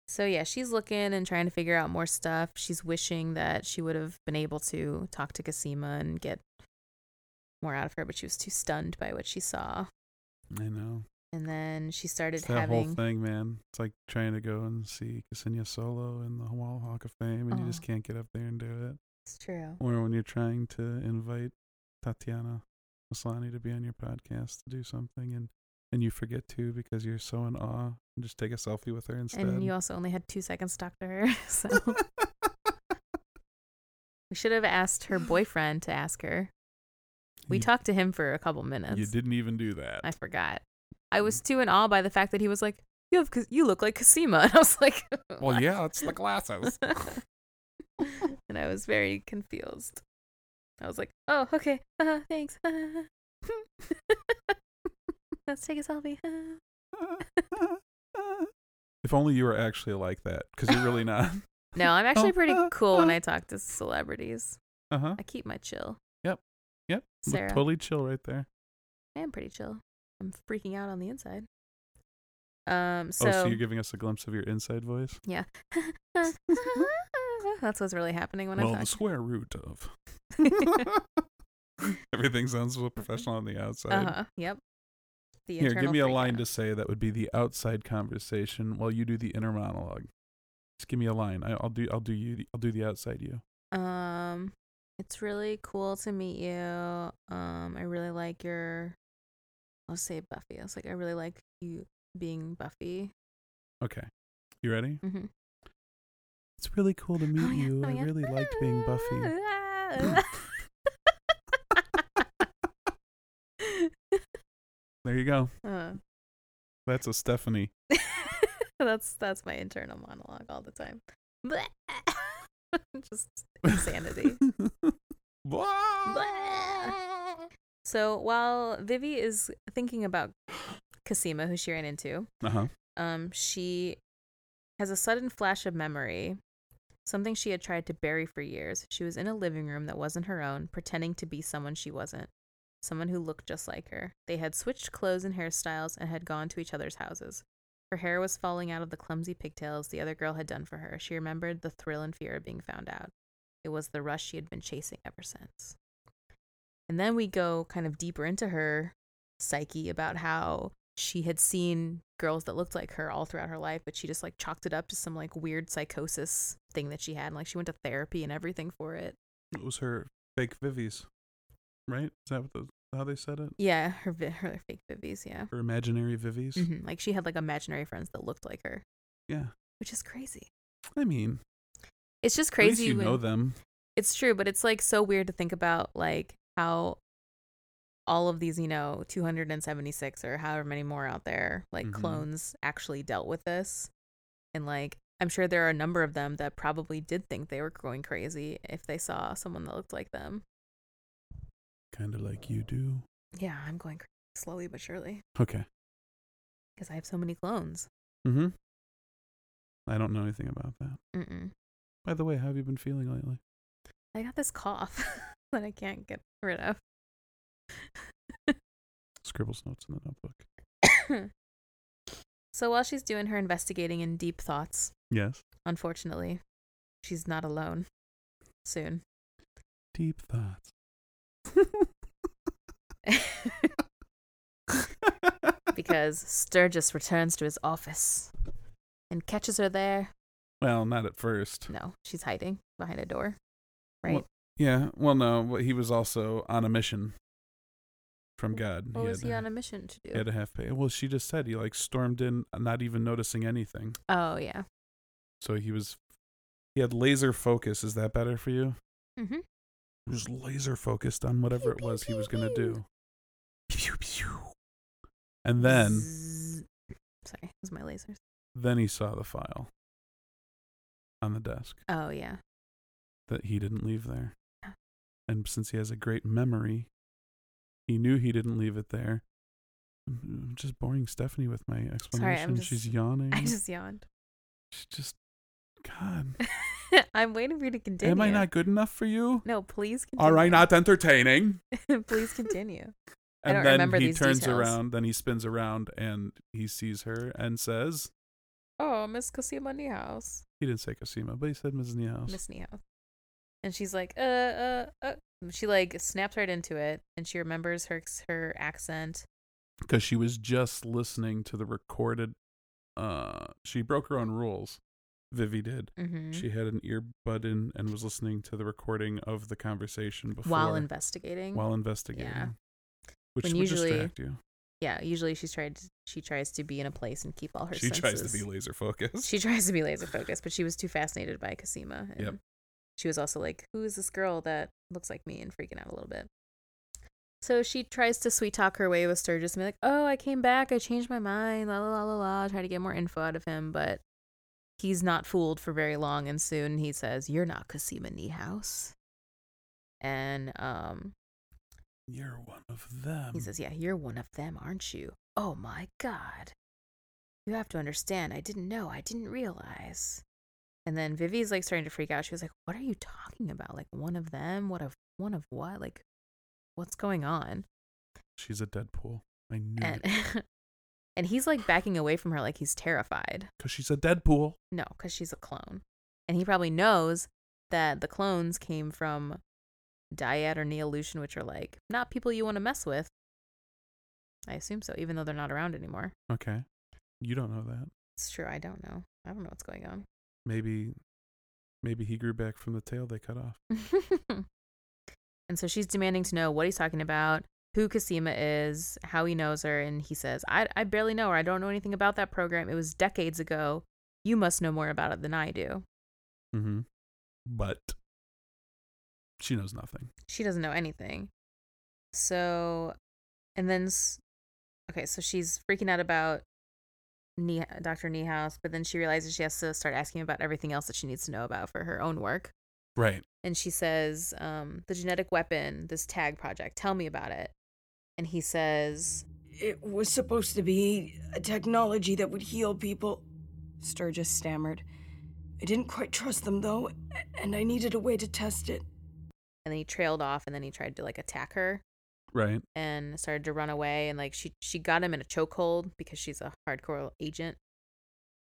So, yeah, she's looking and trying to figure out more stuff. She's wishing that she would have been able to talk to Kasima and get more out of her, but she was too stunned by what she saw.
I know.
And then she started
It's that
having.
whole thing, man. It's like trying to go and see Ksenia Solo in the Wall Hawk of Fame, and you just
Oh.
can't get up there and do it.
It's true.
Or when you're trying to invite Tatiana Maslany to be on your podcast to do something, and and you forget to because you're so in awe, and just take a selfie with her instead.
And you also only had two seconds to talk to her. So we should have asked her boyfriend to ask her. We
You-
talked to him for a couple minutes.
You Mm. didn't even do that.
I forgot. I was too in awe by the fact that he was like, You have Kas- you look like Kasima. And I was like,
well,
"What?"
yeah, it's the glasses.
and I was very confused. I was like, Oh, okay. Uh, thanks. Uh, let's take a selfie. Uh.
if only you were actually like that, because you're really not.
No, I'm actually
Oh,
pretty
uh,
cool when
uh.
I talk to celebrities.
Uh huh.
I keep my chill.
Yep. Look
Sarah.
Totally chill right there.
I am pretty chill. I'm freaking out on the inside. Um, so,
oh, so you're giving us a glimpse of your inside voice?
yeah, that's what's really happening when
well,
I'm
the
talking.
square root of.
uh
Everything sounds so professional on the outside.
huh. Yep. Mm-hmm. Uh-huh. The
Here, give
internal
me a
freak
line
out.
to say that would be the outside conversation while you do the inner monologue. Just give me a line. I, I'll do. I'll do you. I'll do the outside you.
Um, it's really cool to meet you. Um, I really like your. I'll say Buffy. I was like, I really like you being Buffy.
Okay. You ready?
Mm-hmm.
It's really cool to meet
oh, yeah.
you.
oh,
I
yeah.
really liked being Buffy. There you go.
Uh.
That's a Stephanie.
that's that's my internal monologue all the time. Just insanity. Blah. so while Vivi is thinking about Kasima, who she ran into,
Uh huh.
um, she has a sudden flash of memory. Something she had tried to bury for years. She was in a living room that wasn't her own, pretending to be someone she wasn't. Someone who looked just like her. They had switched clothes and hairstyles and had gone to each other's houses. Her hair was falling out of the clumsy pigtails the other girl had done for her. She remembered the thrill and fear of being found out. It was the rush she had been chasing ever since. And then we go kind of deeper into her psyche about how she had seen girls that looked like her all throughout her life, but she just like chalked it up to some like weird psychosis thing that she had. And, like she went to therapy and everything for it.
It was her fake Vivies, right? Is that what the, how they said it?
Yeah, her vi- her fake bibbies. Yeah,
Her imaginary Vivies.
Mhm. like she had like imaginary friends that looked like her,
Yeah.
which is crazy.
I mean,
It's just
at least
crazy.
you
when-
know them.
It's true, but it's like so weird to think about like how all of these, you know, 276 or however many more out there, like
Mhm.
clones actually dealt with this. And like, I'm sure there are a number of them that probably did think they were going crazy if they saw someone that looked like them.
Kind of like you do.
Yeah, I'm going crazy slowly but surely
Okay.
because I have so many clones.
Mm-hmm. I don't know anything about that.
Mm-mm.
By the way, how have you been feeling lately?
I got this cough that I can't get rid of.
Scribbles notes in the notebook.
so while she's doing her investigating in deep thoughts,
Yes.
unfortunately, she's not alone soon.
Deep thoughts.
because Sturgis returns to his office and catches her there.
Well, not at first.
No, she's hiding behind a door. Right?
What- Yeah. Well, no. but He was also on a mission from God.
What Oh, was
had
he
to-
on a mission to do?
He had a half pay. Well, she just said he like stormed in, uh, not even noticing anything.
oh, yeah.
So he was, he had laser focus. Is that better for you?
Mm-hmm.
He was laser focused on whatever it was he was gonna do. Pew, pew. And then,
Sorry, it was my lasers.
then he saw the file on the desk
Oh, yeah.
that he didn't leave there.
Yeah.
And since he has a great memory, he knew he didn't leave it there. I'm just boring Stephanie with my explanation. She's
just-
yawning.
I just yawned.
She's just, God.
I'm waiting for you to continue.
Am I not good enough for you?
No, please continue.
All right, not entertaining.
please continue. I
And
don't
then
remember
he
these
turns
details.
around, then he spins around and he sees her and says,
Oh, Miss Cosima Niehaus.
he didn't say Cosima, but he said Mrs. Niehaus.
Miss Niehaus. And she's like, uh, uh, uh. She like snaps right into it, and she remembers her her accent.
Because she was just listening to the recorded, uh, she broke her own rules. Vivi did.
Mm-hmm.
She had an earbud in and was listening to the recording of the conversation before
while investigating.
while investigating.
Yeah.
Which
When
would
usually
distract you.
yeah, usually she's tried. To, she tries to be in a place and keep all her.
She tries to
senses.
be laser focused.
She tries to be laser focused, but she was too fascinated by Cosima. And
Yep.
She was also like, "Who is this girl that looks like me?" and freaking out a little bit. So she tries to sweet talk her way with Sturgis and be like, "Oh, I came back. I changed my mind. La la la la la." Try to get more info out of him, but he's not fooled for very long. And soon he says, "You're not Cosima Niehaus." And um,
You're one of them.
He says, Yeah, you're one of them, aren't you? Oh my god. You have to understand, I didn't know, I didn't realize. And then Vivi's like starting to freak out. She was like, What are you talking about? Like one of them? What of one of what? Like what's going on?
She's a Deadpool. I knew
And
it.
and he's like backing away from her like he's terrified.
Because she's a Deadpool.
No, because she's a clone. And he probably knows that the clones came from Dyad or Neolution, which are like not people you want to mess with. I assume so, even though they're not around anymore.
Okay. You don't know that.
It's true. I don't know. I don't know what's going on.
Maybe maybe he grew back from the tail they cut off.
and so she's demanding to know what he's talking about, who Kasima is, how he knows her. And he says, I, I barely know her. I don't know anything about that program. It was decades ago. You must know more about it than I do.
Mm-hmm. But she knows nothing.
She doesn't know anything. So, and then, s- okay, so she's freaking out about Nee- Dr. Niehaus, but then she realizes she has to start asking about everything else that she needs to know about for her own work.
Right.
and she says, um, "The genetic weapon, this tag project. Tell me about it." And he says,
It was supposed to be a technology that would heal people. Sturgis stammered. I didn't quite trust them, though, and I needed a way to test it.
and then he trailed off, and then he tried to like attack her
Right.
Mm-hmm. and started to run away, and like she she got him in a chokehold because she's a hardcore agent,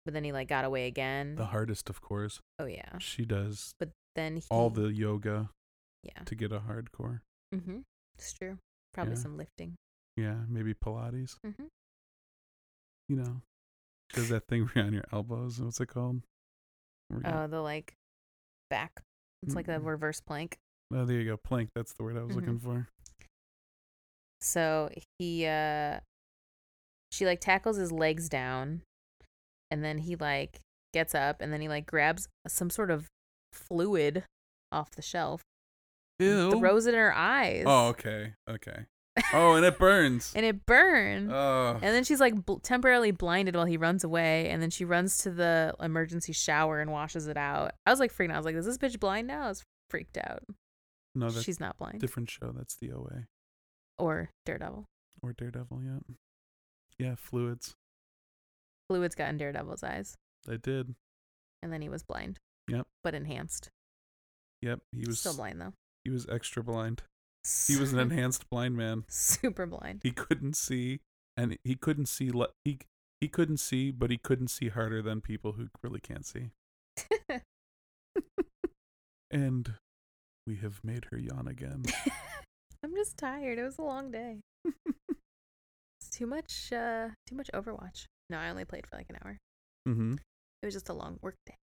but then he like got away again.
The hardest, of course.
oh Mm-hmm. yeah,
She does
but then he
all the yoga
yeah,
to get a hardcore.
mm-hmm, it's true. Probably
Yeah.
some lifting.
Yeah, maybe Pilates.
Mm-hmm.
You know, does that thing where you're on your elbows. What's it called? Where
Oh,
you-
the like back. It's like a
Mm.
reverse plank.
oh, there you go. Plank. That's the word I was
Mhm.
looking for.
So he uh she like tackles his legs down and then he like gets up and then he like grabs some sort of fluid off the shelf
Ew.
throws it in her eyes.
Oh, okay. Okay. Oh, and it burns.
and it burned.
oh.
and then she's like bl- temporarily blinded while he runs away. And then she runs to the emergency shower and washes it out. I was like freaking out. I was like, is this bitch blind now? I was freaked out.
no, that's
She's not blind.
different show. That's the OA
or Daredevil.
or Daredevil. Yeah. Yeah, fluids.
Fluids got in Daredevil's eyes.
They did.
And then he was blind.
Yep.
But enhanced.
Yep. He was.
Still blind, though.
He was extra blind. He was an enhanced blind man.
Super blind.
He couldn't see, and he couldn't see. Le- he he couldn't see, but he couldn't see harder than people who really can't see. And we have made her yawn again.
I'm just tired. It was a long day. it's too much uh too much Overwatch. No, I only played for like an hour.
mm-hmm.
It was just a long work day.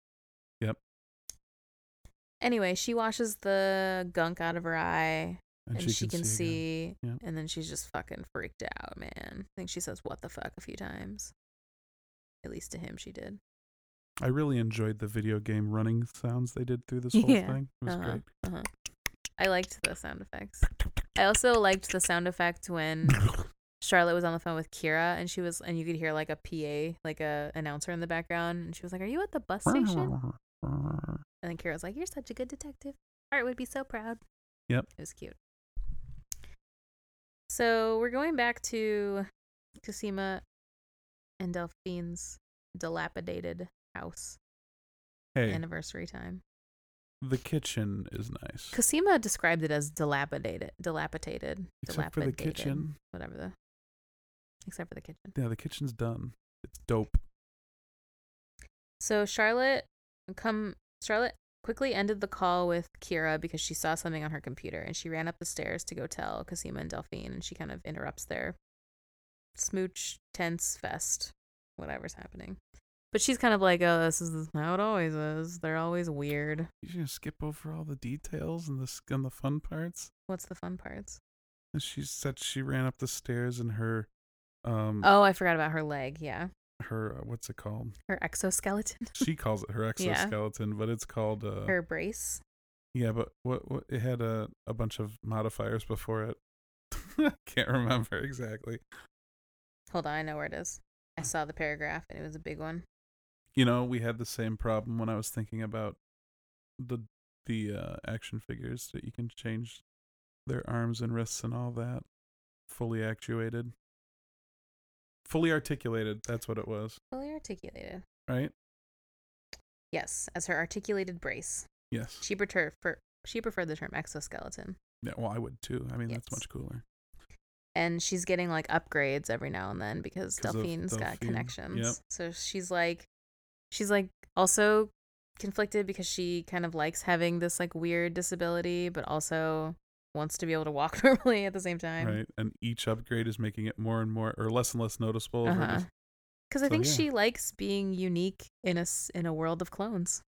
Yep.
Anyway, she washes the gunk out of her eye
And,
and, she, can
again.
see,
Yep.
and then she's just fucking freaked out, man. I think she says what the fuck a few times. At least to him she did.
I really enjoyed the video game running sounds they did through this whole
Yeah.
thing. It was
Uh-huh.
great.
Uh-huh. I liked the sound effects. I also liked the sound effect when Charlotte was on the phone with Kira and she was and you could hear like a PA, like a announcer in the background, and she was like, Are you at the bus station? And then Kira was like, You're such a good detective. Art would be so proud.
Yep.
It was cute. So we're going back to Cosima and Delphine's dilapidated house
Hey,
anniversary time.
the kitchen is nice.
Cosima described it as dilapidated, dilapidated,
Except for the
dilapidated,
kitchen.
whatever the. Except for the kitchen.
Yeah, the kitchen's done. It's dope.
So Charlotte, come Charlotte quickly ended the call with Kira because she saw something on her computer, and she ran up the stairs to go tell Cosima and Delphine, and she kind of interrupts their smooch tense fest, whatever's happening. But she's kind of like, "Oh, this is how it always is. They're always weird.
You're gonna skip over all the details and the s- and the fun parts.
What's the fun parts?"
And She said she ran up the stairs in her, um,
Oh, I forgot about her leg. Yeah,
her uh, what's it called?
her exoskeleton,
She calls it her
Yeah.
exoskeleton, but it's called uh,
her brace.
yeah. But what, what it had a a bunch of modifiers before it. I can't remember exactly.
Hold on, I know where it is. I saw the paragraph and it was a big one.
You know, we had the same problem when I was thinking about the the uh, action figures that you can change their arms and wrists and all that, fully actuated, fully articulated. That's what it was,
Fully articulated.
right?
Yes, as her articulated brace.
Yes.
She preferred for she preferred the term exoskeleton.
Yeah. Well, I would too. I mean, that's
Yes.
much cooler.
And she's getting like upgrades every now and then because
'Cause of
Delphine's got
Delphine,
connections.
yep.
So she's like she's like also conflicted because she kind of likes having this like weird disability, but also wants to be able to walk normally at the same time.
right. And each upgrade is making it more and more, or less and less noticeable.
Uh
over
huh.
this-
Because I
So,
think
yeah.
she likes being unique in a s- in a world of clones,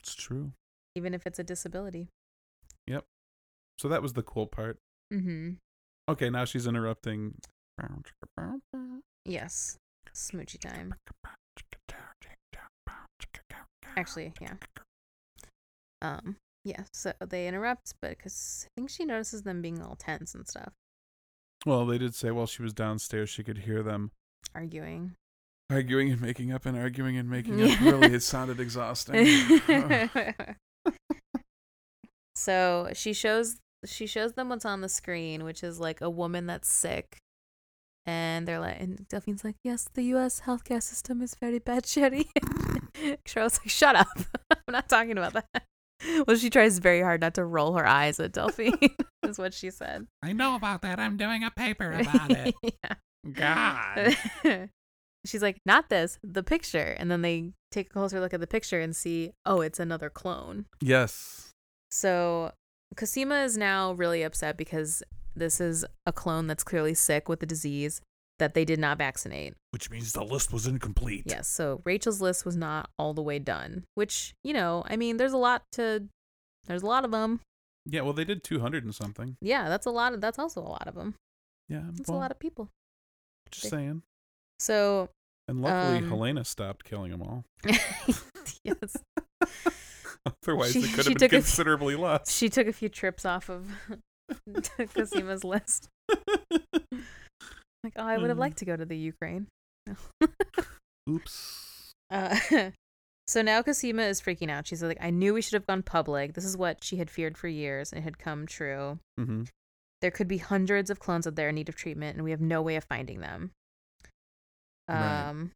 It's true.
even if it's a disability.
So that was the cool part.
Mm-hmm.
Okay, now she's interrupting.
Yes. Smoochy time. Actually, yeah. Um, yeah, so they interrupt, but because I think she notices them being all tense and stuff,
Well, they did say while she was downstairs, she could hear them
arguing.
arguing and making up and arguing and making up.
Yeah.
Really, it sounded exhausting. Ugh.
so she shows she shows them what's on the screen, which is like a woman that's sick. And they're like, and Delphine's like, yes, the U.S. healthcare system is very bad, shitty. Charlotte's like, shut up. I'm not talking about that. Well, she tries very hard not to roll her eyes at Delphine, is what she said.
I know about that. I'm doing a paper
yeah.
God.
She's like, not this, the picture. And then they take a closer look at the picture and see, oh, it's another clone.
yes.
So Cosima is now really upset because this is a clone that's clearly sick with a disease that they did not vaccinate.
Which means the list was incomplete.
Yes. So Rachel's list was not all the way done, which, you know, I mean, there's a lot to, there's a lot of them.
Yeah, well, they did 200 and something.
Yeah. That's a lot of, that's also a lot of them.
Yeah.
That's
well,
a lot of people.
Just saying.
So
And luckily,
Um,
Helena stopped killing them all.
yes.
Otherwise,
She-
it could have
she
been
took a-
considerably less.
She took a few trips off of Cosima's list. Like, oh, I would have
Mm.
liked to go to the Ukraine.
Oops.
Uh, so now Cosima is freaking out. She's like, I knew we should have gone public. This is what she had feared for years and it had come true.
Mm-hmm.
There could be hundreds of clones out there in need of treatment, and we have no way of finding them. Um,
Right.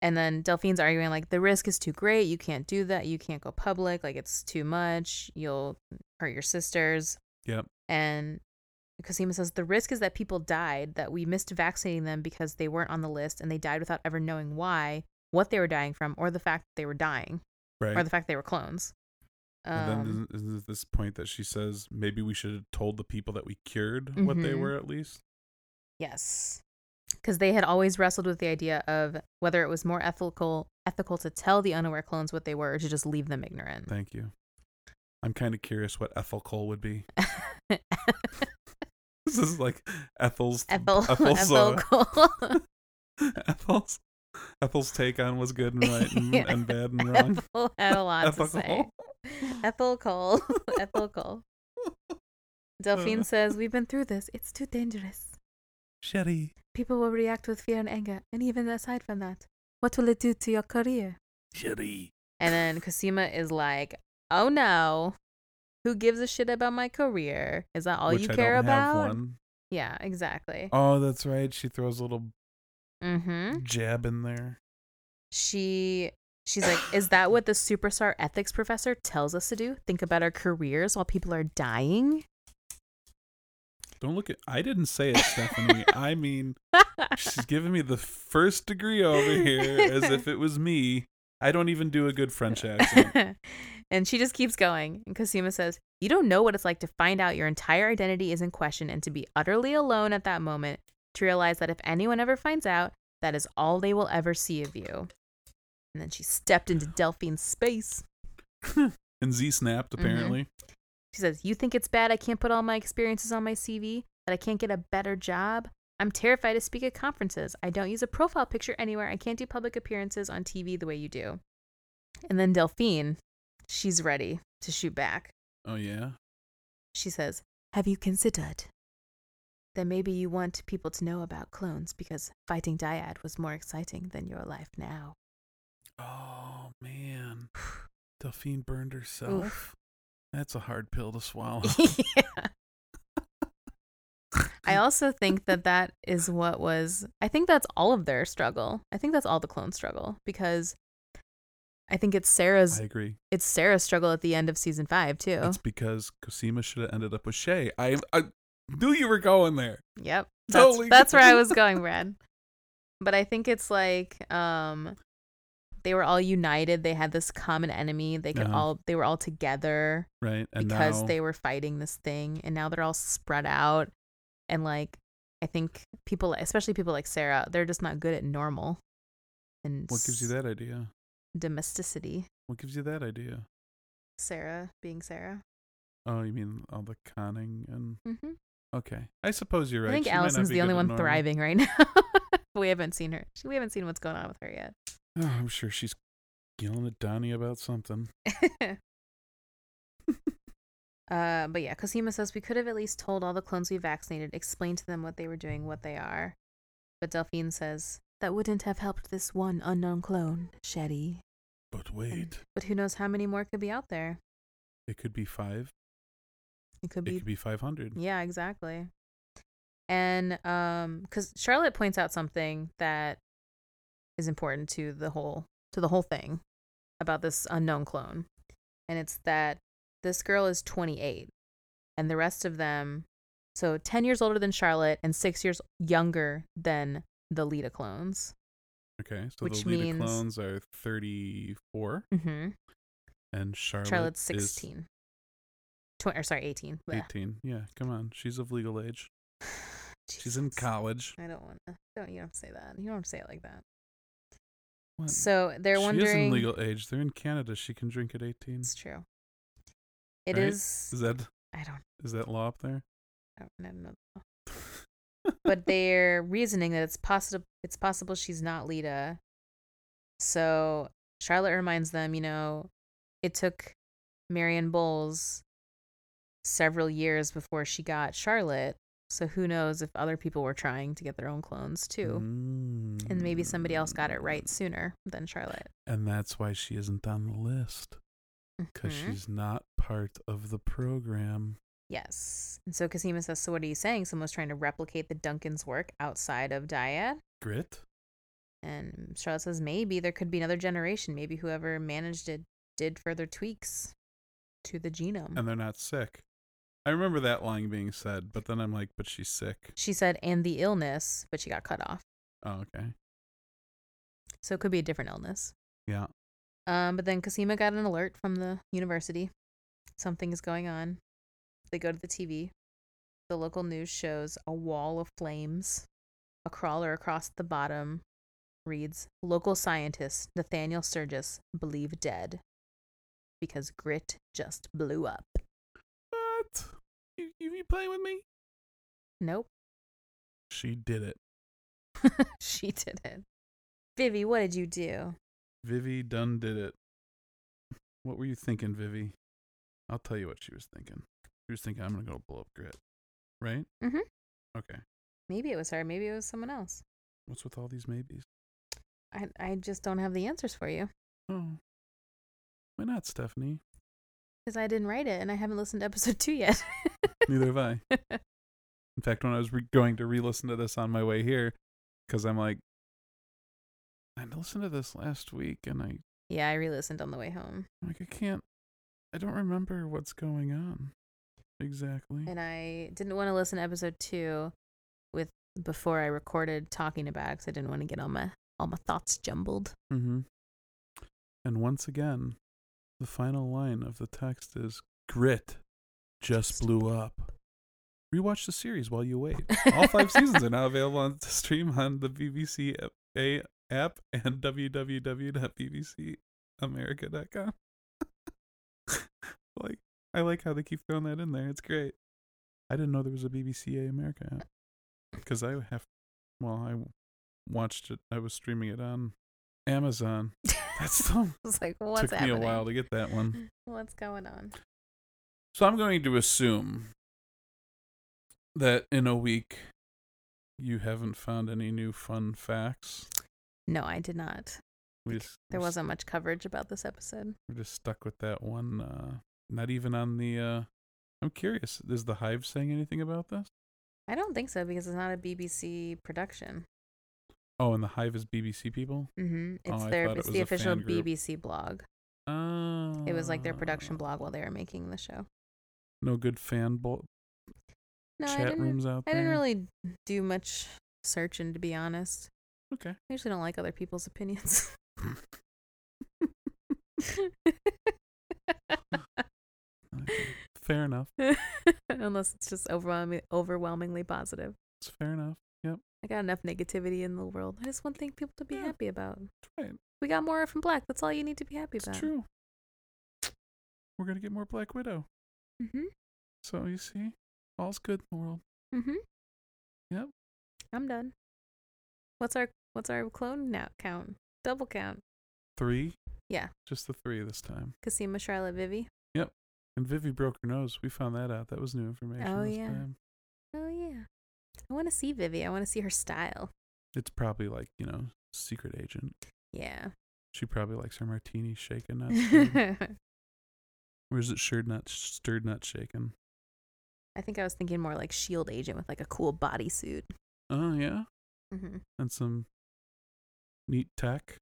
and then Delphine's arguing like the risk is too great. You can't do that. You can't go public. Like it's too much. You'll hurt your sisters.
Yep.
And Cosima says the risk is that people died, that we missed vaccinating them because they weren't on the list and they died without ever knowing why, what they were dying from, or the fact that they were dying,
Right.
or the fact they were clones.
and
Um,
then this, this- this point that she says maybe we should have told the people that we cured what they
Mhm.
were at least.
Yes. Because they had always wrestled with the idea of whether it was more ethical ethical to tell the unaware clones what they were or to just leave them ignorant.
Thank you. I'm kind of curious what ethical would be. This is like Ethel's
Ethel,
Ethel's, uh,
ethical.
Ethel's Ethel's take on what's good and right and,
Yeah.
and bad and wrong.
Ethel had a lot to say.
Ethical.
Ethical. ethical. Delphine says, We've been through this. It's too dangerous.
Sherry.
People will react with fear and anger. And even aside from that, what will it do to your career?
Sherry.
And then Cosima is like, "Oh no, who gives a shit about my career? Is that all
Which
you
I
care
don't have
about?"
one.
Yeah, exactly.
Oh, that's right. She throws a little
Mm-hmm.
jab in there.
She she's like, "Is that what the superstar ethics professor tells us to do? Think about our careers while people are dying?"
Don't look at. I didn't say it, Stephanie. I mean, she's giving me the first degree over here as if it was me. I don't even do a good French accent.
and she just keeps going. And Cosima says, You don't know what it's like to find out your entire identity is in question and to be utterly alone at that moment, to realize that if anyone ever finds out, that is all they will ever see of you. And then she stepped into Delphine's space.
And Z snapped
Mm-hmm.
apparently.
She says, You think it's bad I can't put all my experiences on my CV? That I can't get a better job? I'm terrified to speak at conferences. I don't use a profile picture anywhere. I can't do public appearances on TV the way you do. And then Delphine, she's ready to shoot back.
Oh yeah.
She says, Have you considered that maybe you want people to know about clones because fighting Dyad was more exciting than your life now?
Oh man. Delphine burned herself. That's a hard pill to swallow.
yeah. I also think that that is what was, I think that's all of their struggle. I think that's all the clone struggle because I think it's Sarah's,
I agree.
it's Sarah's struggle at the end of season five, too.
It's because Cosima should have ended up with Shay. I I knew you were going there.
Yep. That's,
Totally
that's where I was
different.
going, Brad. But I think it's like um they were all united. They had this common enemy. They could
Uh-huh.
all they were all together
Right. And
because
now,
they were fighting this thing and now they're all spread out and like I think people especially people like Sarah, they're just not good at normal and
what gives you
s-
that idea?
domesticity.
What gives you that idea?
Sarah being Sarah.
Oh, you mean all the conning and
Mm-hmm.
okay. I suppose you're right.
I think
She might not
Allison's
be
the only
good at
one
normal.
thriving right now. we haven't seen her. We haven't seen what's going on with her yet.
Oh, I'm sure she's yelling at Donnie about something.
uh, but yeah, Cosima says we could have at least told all the clones we vaccinated, explained to them what they were doing, what they are. But Delphine says that wouldn't have helped this one unknown clone, Shetty.
But
And-
wait,
But who knows how many more could be out there?
it could be five.
It could
It
be.
could be five hundred.
Yeah, exactly. And um, because Charlotte points out something that is important to the whole to the whole thing about this unknown clone, and it's that this girl is 28, and the rest of them, so 10 years older than Charlotte and six years younger than the Lita clones.
Okay, so
Which
the Lita
means-
clones are thirty-four,
Mm-hmm.
and Charlotte
Charlotte's
is
16. Tw- or sorry, 18. Blech.
Eighteen. Yeah, come on, she's of legal age. She's in
Jesus.
college.
I don't want to. Don't you don't say that. You don't have to say it like that.
What?
So they're
she
wondering.
is in legal age. They're in Canada. She can drink at eighteen.
It's true. It
Right?
is.
Is that
I don't.
is that law up there?
I don't, I don't know. But they're reasoning that it's possible. It's possible she's not Lita. So Charlotte reminds them, you know, it took Marion Bowles several years before she got Charlotte. So who knows if other people were trying to get their own clones too. And maybe somebody else got it right sooner than Charlotte.
Mm. And that's why she isn't on the list because
Mhm.
she's not part of the program.
Yes. And so Cosima says, So what are you saying? Someone's trying to replicate the Duncan's work outside of Dyad?
Grit.
And Charlotte says, Maybe there could be another generation. Maybe whoever managed it did further tweaks to the genome.
And they're not sick. I remember that line being said, but then I'm like, but she's sick.
she said, And the illness, but she got cut off.
Oh, okay.
So it could be a different illness.
Yeah.
Um, but then Cosima got an alert from the university. Something is going on. They go to the TV. The local news shows a wall of flames. A crawler across the bottom reads Local scientist Nathaniel Sturgis believed dead because grit just blew up.
What? You, you, you playing with me?
Nope,
She did it.
she did it. Vivi, what did you do?
Vivi Dunn did it. What were you thinking, Vivi? I'll tell you what she was thinking. She was thinking, I'm going to go blow up Grit. Right?
Mhm.
Okay.
Maybe it was her, maybe it was someone else.
What's with all these maybes?
I, I just don't have the answers for you.
Oh. Why not, Stephanie?
Because I didn't write it and I haven't listened to episode two yet.
Neither have I. In fact, when I was re- going to re listen to this on my way here, because I'm like, I listened to this last week and I,
yeah, I re listened on the way home
I'm like, I can't, I don't remember what's going on exactly.
and I didn't want to listen to episode two with before I recorded talking about it because I didn't want to get all my all my thoughts jumbled.
Mm-hmm. And once again, the final line of the text is grit just blew up. Rewatch the series while you wait. All five seasons are now available on to stream on the BBC A- app and www.bbcamerica.com. like, I like how they keep throwing that in there. It's great. I didn't know there was a BBC A America app because I have, well, I watched it. I was streaming it on Amazon. That's still
I was like, what's
took
happening? Mm.
me a while to get that one.
What's going on?
So I'm going to assume that in a week you haven't found any new fun facts.
No, I did not.
We just,
There wasn't much coverage about this episode.
We're just stuck with that one. Uh, not even on the. Uh, I'm curious. Is the Hive saying anything about this?
I don't think so because it's not a BBC production.
Oh, and the Hive is BBC people.
Mm-hmm.
Oh,
It's
I
their
thought it
it's
was
the
a
official
fan group.
BBC blog.
Oh,
It was like their production blog while they were making the show.
No good fan bo-
No, I
chat
didn't.
rooms out
I
there.
didn't really do much searching to be honest.
Okay.
I usually don't like other people's opinions.
Fair enough.
Unless it's just overwhelming, overwhelmingly positive.
It's fair enough. Yep.
I got enough negativity in the world. I just want thing people to be
Yeah.
happy about.
Right.
We got more from Black. That's all you need to be happy
It's
about.
true. We're gonna get more Black Widow.
Mm-hmm.
So you see, all's good in the world.
Mm-hmm.
Yep.
I'm done. What's our What's our clone now count? Double count.
Three.
Yeah.
Just the three this time.
Cosima, Charlotte, Vivi.
And Vivi broke her nose. We found that out. That was new information.
Oh,
this
yeah.
Time.
Oh yeah. I want to see Vivi. I want to see her style.
It's probably like you know, secret agent.
Yeah.
She probably likes her martini shaken, not stirred.
I
or is it stirred, not stirred, not shaken?
think I was thinking more like Shield Agent with like a cool bodysuit.
Oh yeah,
Mm-hmm.
and some neat tech.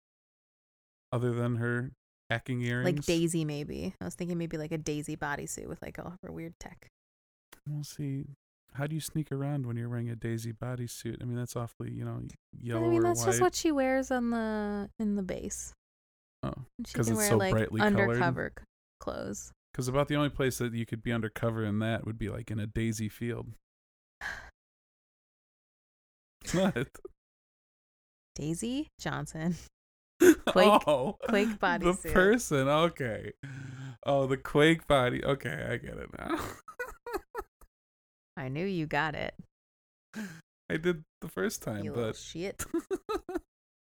Other than her hacking earrings,
like Daisy, maybe. I was thinking maybe like a Daisy bodysuit with like all of her weird tech.
We'll see. How do you sneak around when you're wearing a Daisy bodysuit? I mean, that's awfully, you know,
But
yellow
I mean,
or
that's
white.
just what she wears on the in the base.
Oh,
And she
'Cause
can
it's
wear
so
like
brightly colored.
undercover c- clothes.
Because about the only place that you could be undercover in that would be like in a daisy field. What?
Daisy Johnson.
Quake, oh,
Quake
The
bodysuit.
person, okay. Oh, the Quake body. Okay, I get it now.
I knew you got it.
I did the first time,
You little
but
shit.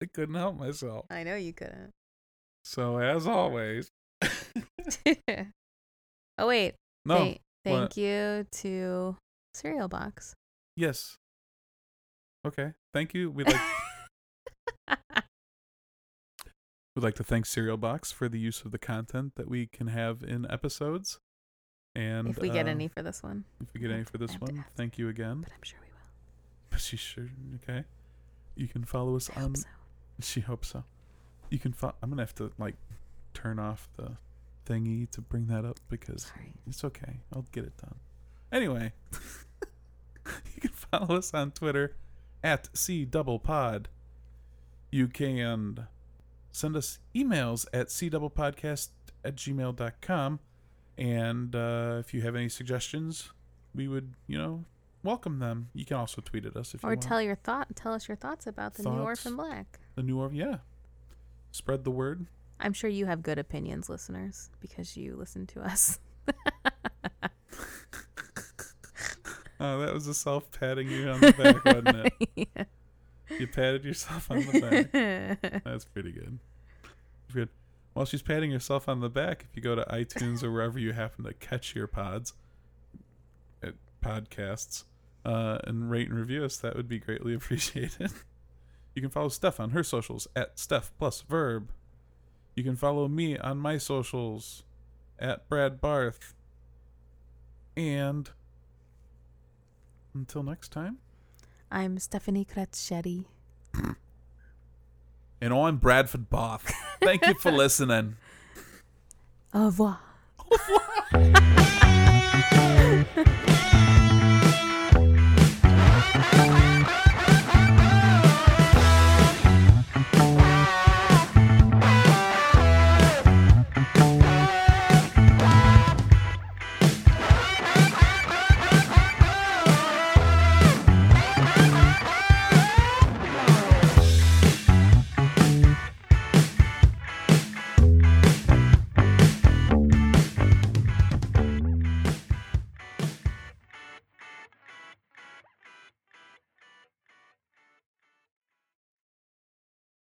I couldn't help myself.
I know you couldn't.
So, as always,
Oh wait.
No.
Thank, thank
what?
you to Cereal Box.
Yes. Okay. Thank you. We'd like we'd like to thank Cereal Box for the use of the content that we can have in episodes. And
if we get
uh,
any for this one,
if we get
I
any
have
for
to- I
this
have to
one,
ask.
thank you again.
but I'm sure we will.
She sure okay. You can follow us
I
on
hope so.
She hopes so. You can. Fo- I'm gonna have to like turn off the thingy to bring that up because
Sorry.
it's okay. I'll get it done. Anyway, you can follow us on Twitter at C Double Pod. You can send us emails at C Double Podcast at gmail.com. And uh, if you have any suggestions, we would, you know, welcome them. You can also tweet at us if you
Or
want.
tell your thought. Tell us your thoughts about the new
Thoughts?
Orphan Black.
the new or yeah. Spread the word.
I'm sure you have good opinions, listeners, because you listen to us.
Oh, that was a self patting you on the back, wasn't it? You patted yourself on the back. That's pretty good. That's good. While she's patting herself on the back, if you go to iTunes or wherever you happen to catch your pods, at podcasts, uh, and rate and review us, that would be greatly appreciated. You can follow Steph on her socials at Steph plus Verb. You can follow me on my socials at Brad Barth. And until next time.
I'm Stephanie Kretschetti.
And I'm Bradford Barth. Thank you for listening.
Au revoir.